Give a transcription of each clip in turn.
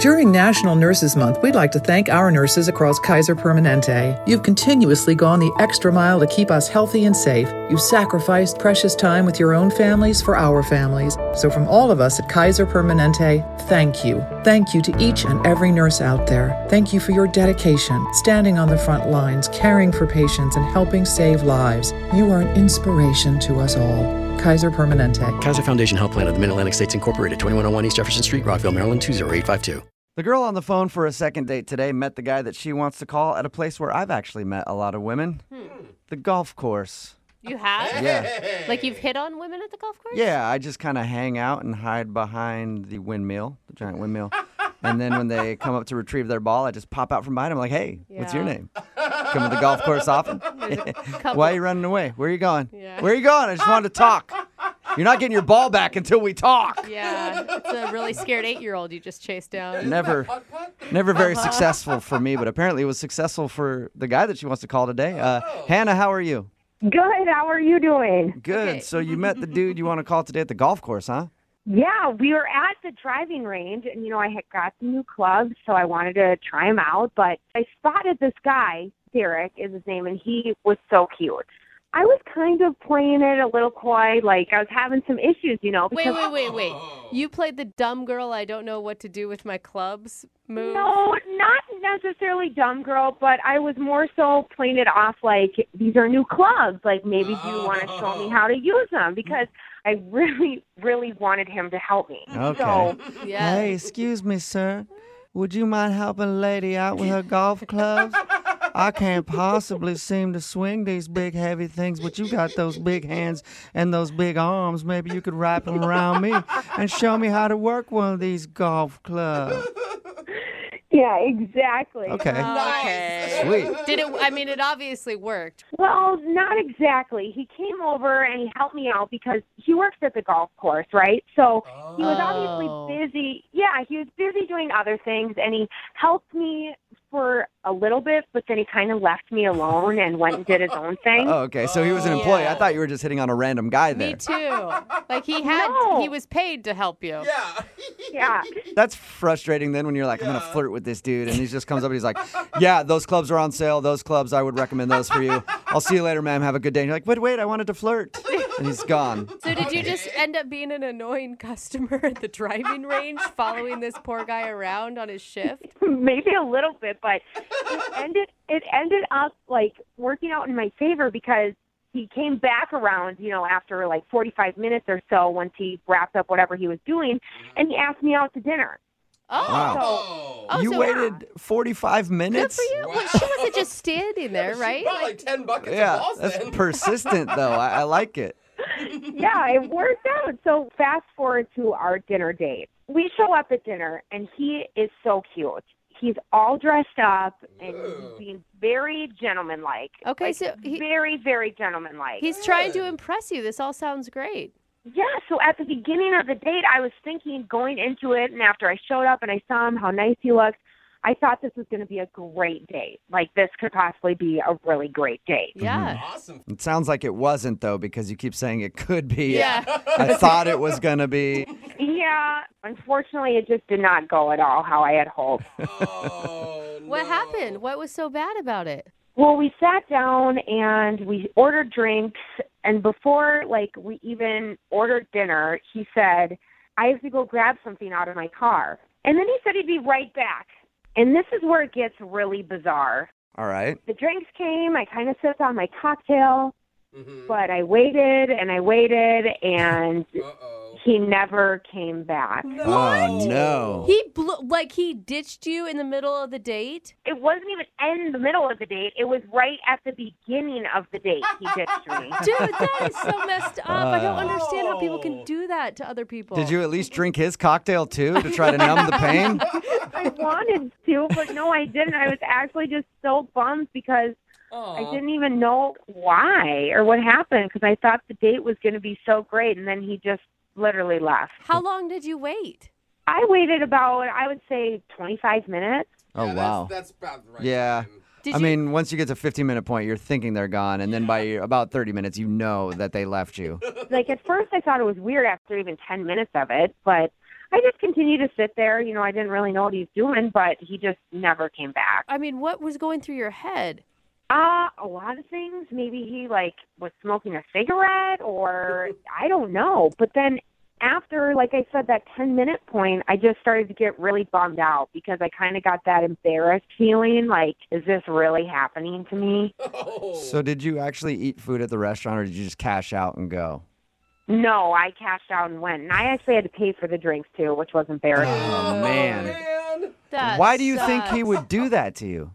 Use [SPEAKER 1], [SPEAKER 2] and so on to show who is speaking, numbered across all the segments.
[SPEAKER 1] During National Nurses Month, we'd like to thank our nurses across Kaiser Permanente. You've continuously gone the extra mile to keep us healthy and safe. You've sacrificed precious time with your own families for our families. So, from all of us at Kaiser Permanente, thank you. Thank you to each and every nurse out there. Thank you for your dedication, standing on the front lines, caring for patients, and helping save lives. You are an inspiration to us all. Kaiser Permanente.
[SPEAKER 2] Kaiser Foundation Health Plan of the Mid Atlantic States Incorporated, 2101 East Jefferson Street, Rockville, Maryland, 20852.
[SPEAKER 3] The girl on the phone for a second date today met the guy that she wants to call at a place where I've actually met a lot of women
[SPEAKER 4] Hmm.
[SPEAKER 3] the golf course.
[SPEAKER 4] You have?
[SPEAKER 3] Yeah.
[SPEAKER 4] Like you've hit on women at the golf course?
[SPEAKER 3] Yeah, I just kind of hang out and hide behind the windmill, the giant windmill. And then when they come up to retrieve their ball, I just pop out from behind them like, hey, what's your
[SPEAKER 4] Yeah.
[SPEAKER 3] name? Come to the golf course often? Why are you running away? Where are you going?
[SPEAKER 4] Yeah.
[SPEAKER 3] Where are you going? I just wanted to talk. You're not getting your ball back until we talk.
[SPEAKER 4] Yeah. It's a really scared eight year old you just chased down.
[SPEAKER 3] Never, never very successful for me, but apparently it was successful for the guy that she wants to call today. Uh, Hannah, how are you?
[SPEAKER 5] Good. How are you doing?
[SPEAKER 3] Good. So you met the dude you want to call today at the golf course, huh?
[SPEAKER 5] Yeah, we were at the driving range, and you know, I had got some new clubs, so I wanted to try them out. But I spotted this guy, Derek is his name, and he was so cute. I was kind of playing it a little coy, like I was having some issues, you know.
[SPEAKER 4] Wait,
[SPEAKER 5] because-
[SPEAKER 4] wait, wait, wait. You played the dumb girl, I don't know what to do with my clubs move.
[SPEAKER 5] No, not necessarily dumb girl, but I was more so playing it off like these are new clubs. Like maybe you want to show me how to use them because I really, really wanted him to help me.
[SPEAKER 3] Okay.
[SPEAKER 5] So
[SPEAKER 4] Yeah.
[SPEAKER 3] Hey, excuse me, sir. Would you mind helping a lady out with her golf clubs? I can't possibly seem to swing these big heavy things, but you got those big hands and those big arms. Maybe you could wrap them around me and show me how to work one of these golf clubs.
[SPEAKER 5] yeah, exactly.
[SPEAKER 3] Okay.
[SPEAKER 4] Okay.
[SPEAKER 3] Sweet.
[SPEAKER 4] Did it? I mean, it obviously worked.
[SPEAKER 5] Well, not exactly. He came over and he helped me out because he works at the golf course, right? So he was
[SPEAKER 4] Oh.
[SPEAKER 5] obviously busy. Yeah, he was busy doing other things and he helped me for a little bit, but then he kind of left me alone and went and did his own thing.
[SPEAKER 3] Oh, okay. So he was an employee. I thought you were just hitting on a random guy there.
[SPEAKER 4] Me too. Like he had,
[SPEAKER 5] No.
[SPEAKER 4] he was paid to help you. Yeah.
[SPEAKER 5] Yeah.
[SPEAKER 3] That's frustrating then when you're like, I'm going to flirt with this dude. And he just comes up and he's like, Yeah, those clubs are on sale. Those clubs, I would recommend those for you. I'll see you later, ma'am. Have a good day. And you're like, Wait, wait, I wanted to flirt. And he's gone.
[SPEAKER 4] So did you just end up being an annoying customer at the driving range, following this poor guy around on his shift?
[SPEAKER 5] maybe a little bit, but it ended it ended up like working out in my favor because he came back around, you know, after like 45 minutes or so once he wrapped up whatever he was doing and he asked me out to dinner.
[SPEAKER 4] Oh.
[SPEAKER 3] Wow.
[SPEAKER 4] So, oh,
[SPEAKER 3] you
[SPEAKER 4] so
[SPEAKER 3] waited 45
[SPEAKER 4] Good
[SPEAKER 3] minutes?
[SPEAKER 4] for you. Well, she wasn't just standing there, right?
[SPEAKER 6] Not like ten buckets of
[SPEAKER 3] Yeah,
[SPEAKER 6] balls
[SPEAKER 3] that's
[SPEAKER 6] then.
[SPEAKER 3] persistent though. I, I like it.
[SPEAKER 5] yeah, it worked out. So fast forward to our dinner date. We show up at dinner, and he is so cute. He's all dressed up and he's being very gentlemanlike.
[SPEAKER 4] Okay,
[SPEAKER 5] Like,
[SPEAKER 4] so he-
[SPEAKER 5] very, very gentlemanlike.
[SPEAKER 4] He's trying to impress you. This all sounds great.
[SPEAKER 5] Yeah, so at the beginning of the date, I was thinking going into it, and after I showed up and I saw him, how nice he looked, I thought this was going to be a great date. Like, this could possibly be a really great date.
[SPEAKER 3] Mm-hmm.
[SPEAKER 4] Yeah.
[SPEAKER 6] Awesome.
[SPEAKER 3] It sounds like it wasn't though because you keep saying it could be.
[SPEAKER 4] Yeah.
[SPEAKER 3] I thought it was gonna be.
[SPEAKER 5] Yeah, unfortunately, it just did not go at all how I had hoped.
[SPEAKER 6] Oh,
[SPEAKER 4] What
[SPEAKER 6] no.
[SPEAKER 4] happened? What was so bad about it?
[SPEAKER 5] Well, we sat down and we ordered drinks, and before like we even ordered dinner, he said, "I have to go grab something out of my car," and then he said he'd be right back. And this is where it gets really bizarre.
[SPEAKER 3] All right.
[SPEAKER 5] The drinks came. I kind of sipped on my cocktail, but I waited and I waited, and
[SPEAKER 6] Uh-oh.
[SPEAKER 5] he never came back.
[SPEAKER 3] Oh no.
[SPEAKER 4] He blew, like he ditched you in the middle of the date.
[SPEAKER 5] It wasn't even in the middle of the date. It was right at the beginning of the date. He ditched me.
[SPEAKER 4] Dude, that is so messed up. I don't understand how people can do that to other people.
[SPEAKER 3] Uh. Did you at least drink his cocktail too to try to numb the pain?
[SPEAKER 5] I wanted to, but no, I didn't. I was actually just so bummed because I didn't even know why or what happened because I thought the date was going to be so great, and then he just literally left.
[SPEAKER 4] How long did you wait?
[SPEAKER 5] I waited about, I would say, 25 minutes.
[SPEAKER 3] Oh
[SPEAKER 6] Yeah,
[SPEAKER 3] wow.
[SPEAKER 6] That's, that's about the right.
[SPEAKER 3] Yeah.
[SPEAKER 6] time.
[SPEAKER 4] Did
[SPEAKER 3] I
[SPEAKER 4] you,
[SPEAKER 3] mean, once you get to 15 minute point, you're thinking they're gone, and then by about 30 minutes, you know that they left you.
[SPEAKER 5] Like at first, I thought it was weird after even 10 minutes of it, but I just continued to sit there. You know, I didn't really know what he was doing, but he just never came back.
[SPEAKER 4] I mean, what was going through your head?
[SPEAKER 5] Uh, a lot of things. Maybe he like was smoking a cigarette or I don't know. But then after, like I said, that 10 minute point, I just started to get really bummed out because I kind of got that embarrassed feeling like, is this really happening to me?
[SPEAKER 6] Oh.
[SPEAKER 3] So did you actually eat food at the restaurant or did you just cash out and go?
[SPEAKER 5] No, I cashed out and went. And I actually had to pay for the drinks too, which was embarrassing.
[SPEAKER 3] Oh, man.
[SPEAKER 6] Man.
[SPEAKER 4] That
[SPEAKER 3] Why do you think he
[SPEAKER 4] sucks.
[SPEAKER 3] would do that to you?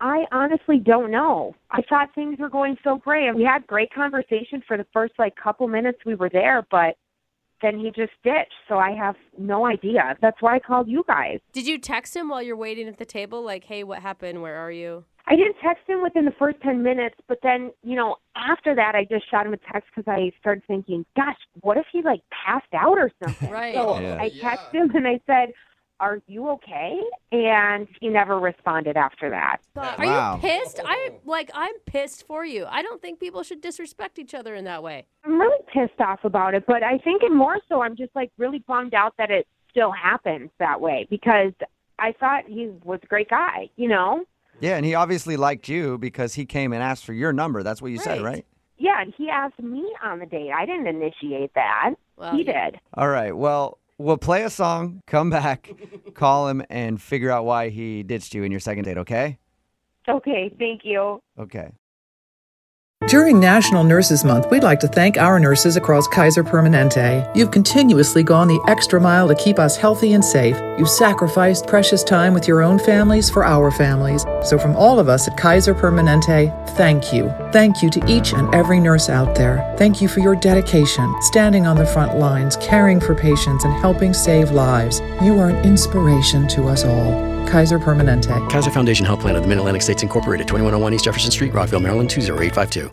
[SPEAKER 5] I honestly don't know. I thought things were going so great. and We had great conversation for the first like couple minutes we were there, but then he just ditched. So I have no idea. That's why I called you guys.
[SPEAKER 4] Did you text him while you're waiting at the table? Like, hey, what happened? Where are you?
[SPEAKER 5] I didn't text him within the first 10 minutes, but then, you know, after that, I just shot him a text because I started thinking, gosh, what if he like passed out or something?
[SPEAKER 4] Right.
[SPEAKER 6] Oh,
[SPEAKER 3] Yeah.
[SPEAKER 5] I texted him and I said, are you okay? And he never responded after that.
[SPEAKER 4] But-
[SPEAKER 3] Wow.
[SPEAKER 4] Are you pissed? I like I'm pissed for you. I don't think people should disrespect each other in that way.
[SPEAKER 5] I'm really pissed off about it, but I think, and more so, I'm just like really bummed out that it still happens that way because I thought he was a great guy, you know?
[SPEAKER 3] Yeah, and he obviously liked you because he came and asked for your number. That's what you said,
[SPEAKER 4] Right.
[SPEAKER 3] right?
[SPEAKER 5] Yeah, and he asked me on the date. I didn't initiate that.
[SPEAKER 4] Well,
[SPEAKER 5] he
[SPEAKER 4] you-
[SPEAKER 5] did.
[SPEAKER 3] All right. Well, we'll play a song, come back, call him, and figure out why he ditched you in your second date, okay?
[SPEAKER 5] Okay, thank you.
[SPEAKER 3] Okay.
[SPEAKER 1] During National Nurses Month, we'd like to thank our nurses across Kaiser Permanente. You've continuously gone the extra mile to keep us healthy and safe. You've sacrificed precious time with your own families for our families. So, from all of us at Kaiser Permanente, thank you. Thank you to each and every nurse out there. Thank you for your dedication, standing on the front lines, caring for patients, and helping save lives. You are an inspiration to us all. Kaiser Permanente.
[SPEAKER 2] oh Kaiser Foundation Health Plan of the Mid Atlantic States Incorporated, 2101 East Jefferson Street, Rockville, Maryland 20852.